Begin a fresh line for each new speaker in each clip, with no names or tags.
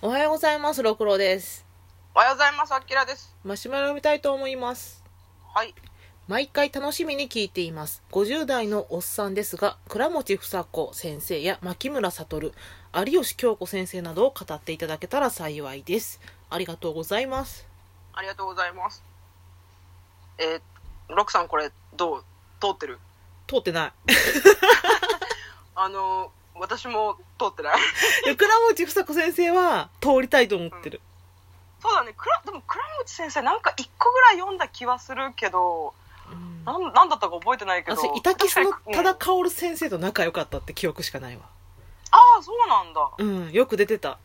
おはようございます、ろくろです。
おはようございます、あきらです。
マシュマロを見たいと思います。
はい。
毎回楽しみに聞いています。50代のおっさんですが、倉持房子先生や牧村悟、有吉京子先生などを語っていただけたら幸いです。ありがとうございます。
ありがとうございます。えー、ロクさんこれ、どう通ってる
通ってない。
あのー、私も通ってない。
いや倉持房子先生は通りたいと思ってる。
そうだね、くら、でも倉持先生なんか一個ぐらい読んだ気はするけど、
うん
なん、なんだったか覚えてないけど。
私、イタキスの
確かに
多
うん
田薫先生と仲良かったって記憶しかないわ。
ああ、そうなんだ。
うん、よく出てた。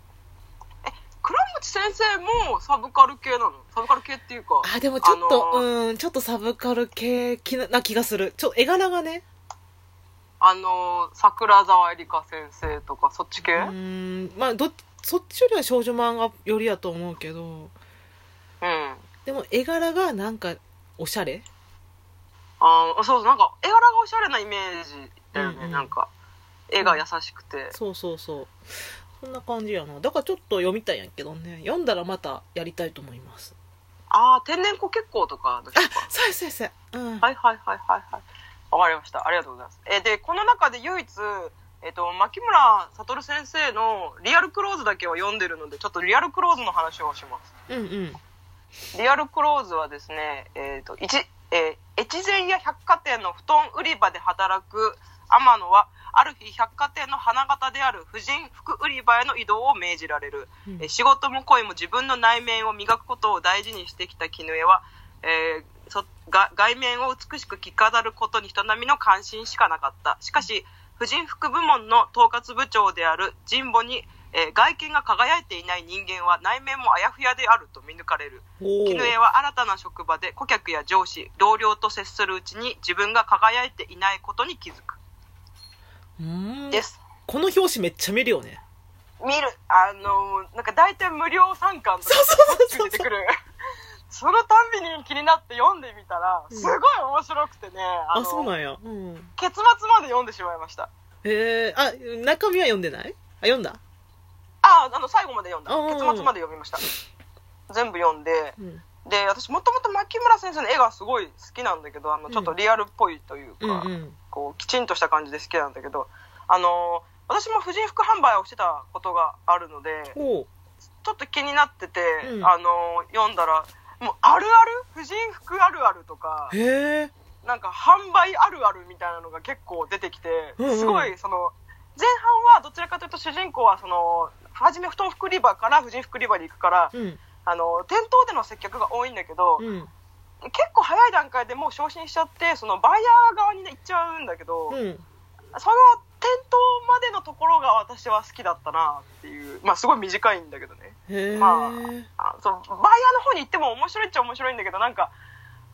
倉持先生もサブカル系なのサブカル系っていうか。
あでもちょっと、
あの
うんちょっとサブカル系気なな気がするちょ絵柄がね
あのー、桜沢絵里香先生とか、そっち系
う
う
ー
ん。
んまあどそっちよりは少女漫画よりやと思うけど
あ
でも絵柄がなんかおしゃれ
あーそうそう、なんか、絵柄がおしゃれなイメージだよね、
うんうん
なんか。絵が優しくて。
そうそうそうそんな感じやなだからちょっと読みたいんやけどね読んだらまたやりたいと思います
ああ、天然固結構とかの人か。
そうやそうやそうやうん、
はいはいはいはいはい。わかりました。ありがとうございます。えーで、この中で唯一、えっ、と、牧村悟先生のリアルクローズだけは読んでるので、ちょっとリアルクローズの話をしま
うんうん
す。リアルクローズはですね、えっ、と、一、えー越前や百貨店の布団売り場で働く天野は、ある日百貨店の花形である婦人服売り場への移動を命じられる。
うん
えー仕事も恋も自分の内面を磨くことを大事にしてきた絹枝は、えーそが外面を美しく着飾ることに人並みの関心しかなかったしかし婦人服部門の統括部長である神保に、えー外見が輝いていない人間は内面もあやふやであると見抜かれる
お
絹枝は新たな職場で顧客や上司同僚と接するうちに自分が輝いていないことに気づく
お
ですす、
この表紙めっちゃ見るよね
見るあのーなんか大体無料参観とか
そうそうそうそう
出てくるそのたんびに気になって読んでみたらすごい面白くてね、
あ
の
そうなんや、うん、
結末まで読んでしまいました
へえあ中身は読んでないあ読んだ
ああの最後まで読んだ
うんうんうん
結末まで読みました全部読んで
うん
で私もともと牧村先生の絵がすごい好きなんだけどあのちょっとリアルっぽいというか、
うんうん
こうきちんとした感じで好きなんだけどあのー私も婦人服販売をしてたことがあるので、
おう
ちょっと気になってて、
うん
あの読んだらもうあるある婦人服あるあるとか
へえ
なんか販売あるあるみたいなのが結構出てきて、
うんうん
すごいその前半はどちらかというと主人公はその初め布団服売り場から婦人服売り場に行くから、
うん
あの店頭での接客が多いんだけど、
うん
結構早い段階でもう昇進しちゃってそのバイヤー側に、ね、行っちゃうんだけど、
うん
その店頭までのところが私は好きだったなっていうまあすごい短いんだけどね。
へえ、
まあそのバイヤーの方に行っても面白いっちゃ面白いんだけどなんか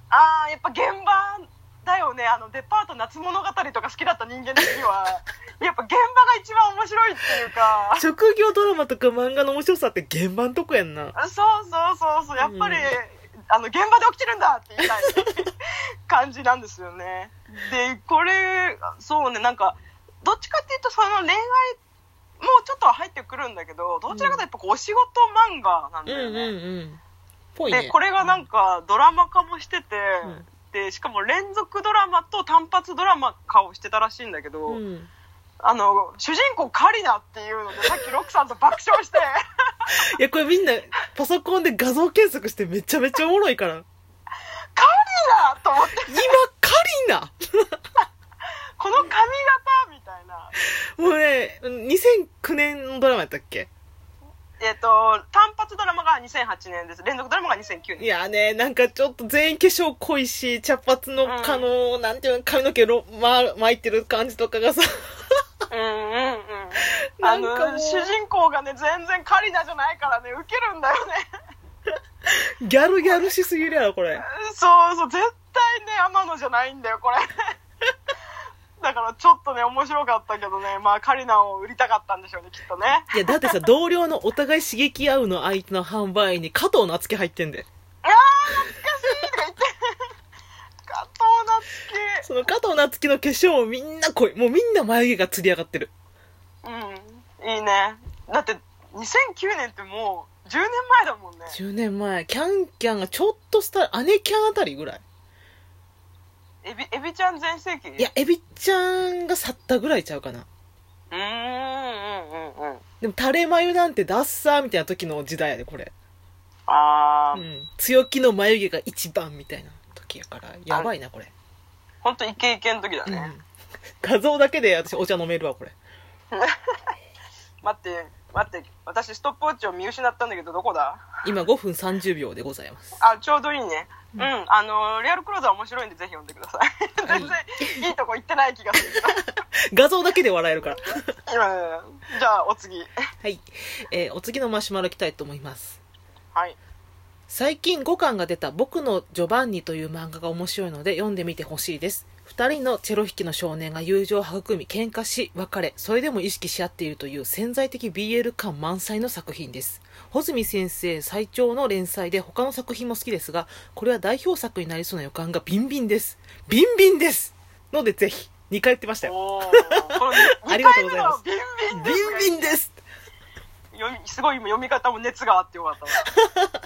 あーやっぱ現場だよねあのデパート夏物語とか好きだった人間的には やっぱ現場が一番面白いっていうか
職業ドラマとか漫画の面白さって現場んとこやんな
そうそうそうそうやっぱり、
うん
あの現場で起きてるんだって言いたい感じなんですよねでこれそうねなんかどっちかっていうとその恋愛もうちょっとは入ってくるんだけどどちらかというとやっぱこうお仕事漫画なん
う
だ
ん
よね、
うんうんぽいね
でこれがなんかドラマ化もしてて、
うん
でしかも連続ドラマと単発ドラマ化をしてたらしいんだけど、
うん、
あの主人公カリナっていうのでさっきロクさんと爆笑して
いやこれみんなパソコンで画像検索してめちゃめちゃおもろいから
カリナと思って
今カリナ
この髪型みたいな
もうね2009年のドラマやったっけ
えっ、と単発ドラマが2008年です連続ドラマが2009
い
年
やねなんかちょっと全員化粧濃いし茶髪の可能、なんていうの髪の毛ろ、ま、巻いてる感じとかがさ
うんうんうん
な
あ
んかもう
の主人公がね全然カリナじゃないからねウケるんだよね
ギャルギャルしすぎるやろこれ
そうそう絶対ね天野じゃないんだよこれ だからちょっとね面白かったけどねまあカリナを売りたかったんでしょうねきっとね
いやだってさ同僚のお互い刺激合うの相手の販売員に加藤夏樹入ってんで
あー懐かしいとか言って加藤夏
その加藤夏樹の化粧もみんな濃いもうみんな眉毛がつり上がってる
樹うんいいねだって2009年ってもう10年前だもんね
10年前キャンキャンがちょっとした姉キャンあたりぐらい
エビエビちゃん全盛期
いやエビちゃんが去ったぐらいちゃうかな
うーんうんうんうん
でも垂れ眉なんてダッサーみたいな時の時代やでこれ、
ああ、
うん、強気の眉毛が一番みたいな時やからやばいなこれ、
ほんとイケイケの時だ
うん
ね、、
画像だけで私お茶飲めるわこれ
待って待って私ストップウォッチを見失ったんだけどどこだ
今5分30秒でございます
あちょうどいいねうん、あのリアルクローザー面白いんでぜひ読んでください
はい
全然いいとこ行ってない気がする けど
画像だけで笑えるから
うんじゃあお次
はい、えーお次のマシュマロいきたいと思います
はい
最近5巻が出た「僕のジョバンニ」という漫画が面白いので読んでみてほしいです2人のチェロ弾きの少年が友情を育み喧嘩し別れそれでも意識し合っているという潜在的 BL 感満載の作品です穂積先生最長の連載で他の作品も好きですがこれは代表作になりそうな予感がビンビンですビンビンですのでぜひ2回言ってましたよ
おーこの
あり
2
がとうご
回目
ざいま
の
す
ビンビン
ビ
ですが
ンビンです
読みすごい今読み方も熱があってよかったわ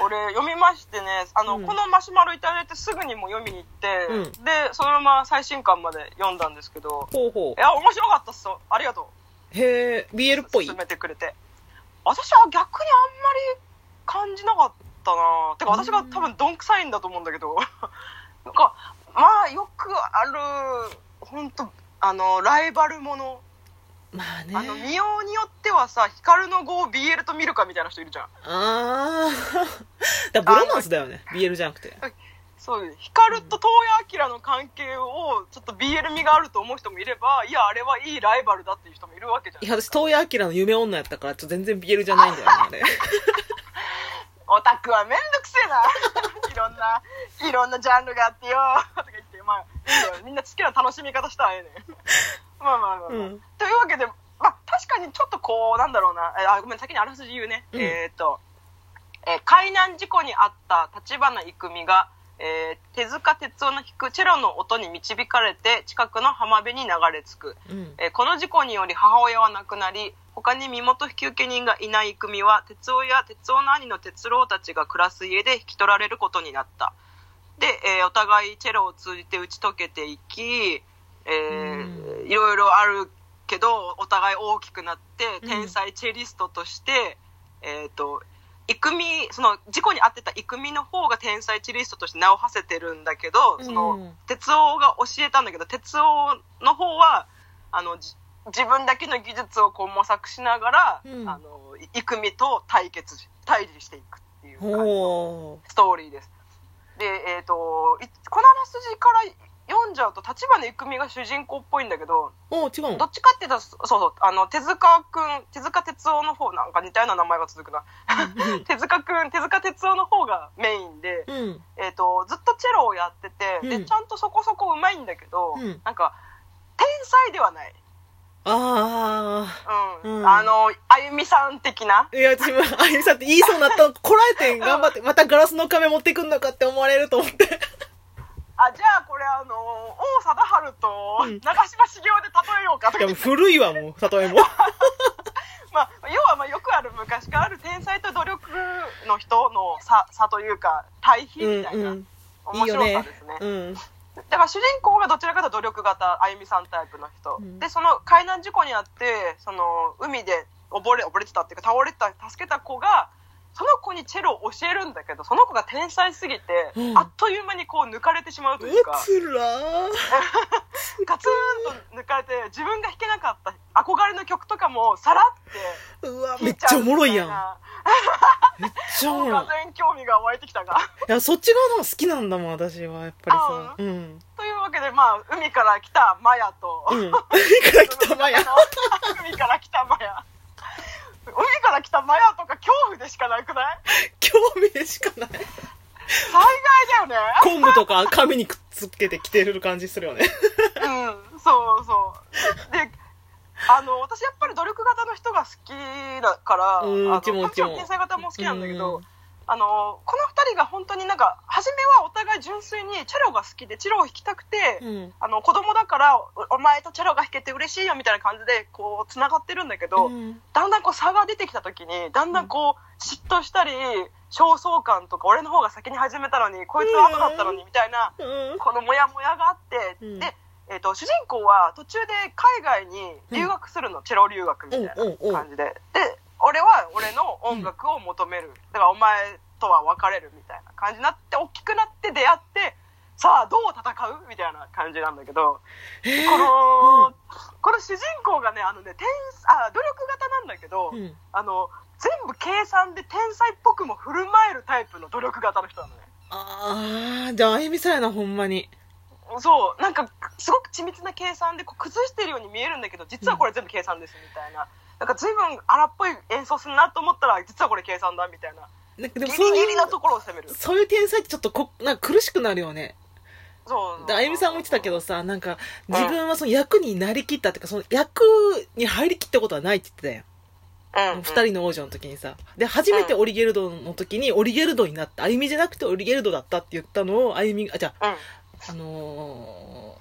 これ読みましてねあの、
うん
このマシュマロいただいてすぐにもう読みに行って、
うん
でそのまま最新刊まで読んだんですけど
ほうほ
いや面白かったっすよありがと
うへえ BL っぽ
う
い
進めてくれて私は逆にあんまり感じなかったなてか私が多分どんくさいんだと思うんだけど なんかまあよくある本当あのライバルもの
まあね
あの見ようによってはさ光の語を BL と見るかみたいな人いるじゃん
ああ だからブロマンスだよね BL じゃなくて
そうです光と東谷明の関係をちょっと BL 味があると思う人もいればいやあれはいいライバルだっていう人もいるわけじゃ
い
ん
や私東谷明の夢女やったからちょっと全然 BL じゃないんだよねあれ
オタクはめんどくせえな いろんないろんなジャンルがあってよとか言ってまあいいよみんな好きな楽しみ方したらええねん まあまあまあ、まあ
うん
というわけで、まあ、確かにちょっとこうなんだろうなえあごめん先にあらすじ言うね、
うん
えーっと、えー海難事故に遭った立花育美が、えー手塚哲夫の弾くチェロの音に導かれて近くの浜辺に流れ着く
うん
えーこの事故により母親は亡くなり他に身元引受人がいない組は哲夫や哲夫の兄の哲郎たちが暮らす家で引き取られることになったで、えーお互いチェロを通じて打ち解けていき、えーいろいろあるけどお互い大きくなって天才チェリストとして、えっ、と育美その事故に遭ってた育美の方が天才チェリストとして名を馳せてるんだけどその、
うん
哲夫が教えたんだけど哲夫の方はあのじ自分だけの技術をこう模索しながら、
うん
あのい育美と対決し対峙していくっていう感じの
ほ
ストーリーです。で、えー、といこのあらすじから読んじゃうと立花育美が主人公っぽいんだけど
うおう違う
ど
の
っちかっていうとそうそうあの手塚くん手塚哲夫の方なんか似たような名前が続くな手塚くん手塚哲夫の方がメインで。
うん
えー、とずっとチェロをやってて、
う
で
ん
ちゃんとそこそこうまいんだけど、
うん
なんか天才ではない、
あ
うん
うん
あのあゆみさん的な
あいや私もあゆみさんって言いそうになったのこらえてん頑張ってまたガラスの壁持ってくんのかって思われると思って
あじゃあこれあの王貞治と
うん
長嶋茂雄で例えようかと
で
か、
も古いわもう例え も
まあ、要はまあよくある昔からある天才と努力の人の差差というか対比
うん
みたいな、
うんい
面
いよ
白さ
ね
ですね
うん
だから主人公がどちらかというと努力型あゆみさんタイプの人、
うん
でその海難事故にあってその海で溺れ溺れてたっていうか倒れてた助けた子がその子にチェロを教えるんだけどその子が天才すぎて、
うん
あっという間にこう抜かれてしまうと
う
いうか
つらー
ガツンと抜かれて自分が弾けなかった憧れの曲とかもさらって
うわめ
弾い
っちゃ
う
おもろいやんめっ
な
ちゃおもろい
完全に興味が湧いてきたが
いやそっち側の方が好きなんだもん私はやっぱりさ
あ
うん
というわけでまあ海から来たマヤと、
うん いくら来たまや
海から来たマヤ海から来たマヤとか恐怖でしかなくない
興味でしかない
災害だよね
昆布とか髪にくっつけて着てる感じするよね
うんそうそうであの私やっぱり努力型の人が好きだから
うん
あの
うちもうちも
もちろん天才型も好きなんだけど、
うん
あのこの2人が本当になんか初めはお互い純粋にチェロが好きでチェロを弾きたくて、
うん
あの子供だからおお前とチェロが弾けて嬉しいよみたいな感じでこうつながってるんだけど、
うん
だんだんこう差が出てきた時にだんだんこう嫉妬したり焦燥感とか俺の方が先に始めたのにこいつは後だったのにみたいな
うん
このモヤモヤがあって、
うん
で、えー、と主人公は途中で海外に留学するの、チェロ留学みたいな
うんうんうん
感じでで俺は俺の音楽を求める、だからお前とは別れるみたいな感じになって大きくなって出会ってさあどう戦うみたいな感じなんだけど、この、
うん
この主人公がねあのね天あ努力型なんだけど、
うん
あの全部計算で天才っぽくも振る舞えるタイプの努力型の人なのね。
ああじゃああゆみさやなほんまに
そうなんかすごく緻密な計算でこう崩してるように見えるんだけど実はこれ全部計算ですみたいな。なんか随分荒っぽい演奏するなと思ったら実はこれ計算だみたいな
なんかで
ギリ
もそうい
ギ
う
リのところを攻めるそう
そういう天才ってちょっとこなんか苦しくなるよね
そう
であゆみさんも言ってたけどさなんか自分はその役になりきったっていうかその役に入りきったことはないって言って
うん
たやん二人の王女の時にさで初めてオリゲルドの時にオリゲルドになったあゆみじゃなくてオリゲルドだったって言ったのをあゆみあじゃあ
うん
あの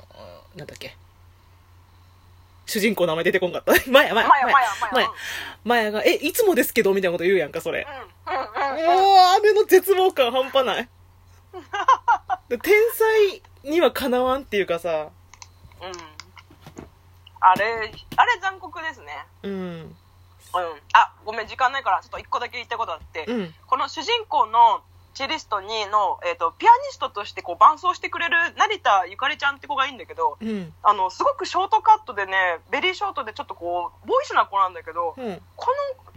ー、なんだっけ主人公の名前出てこんかった。 マヤ、マヤ、
まやまやま
マ
や
ヤ。マヤが、え、いつもですけどみたいなこと言うやんか、それ。
うんうんうん
もう、あれの絶望感半端ない。 で天才にはかなわんっていうかさ、
うんあれあれ残酷ですね
うん。
うんあごめん時間ないからちょっと一個だけ言いたいことあって
うん。
この主人公のチェリストにの、えー、とピアニストとしてこう伴奏してくれる成田ゆかりちゃんって子がいいんだけど
うん。
あのすごくショートカットでねベリーショートでちょっとこうボーイッシュな子なんだけど
うん。
こ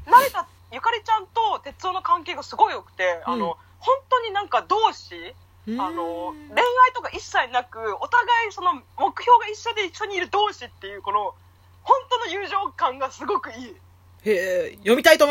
の成田ゆかりちゃんと哲夫の関係がすごい良くてあの、
うん
本当になんか同志
うん
あの恋愛とか一切なくお互いその目標が一緒で一緒にいる同志っていうこの本当の友情感がすごくいい。
へえ、読みたいと思います。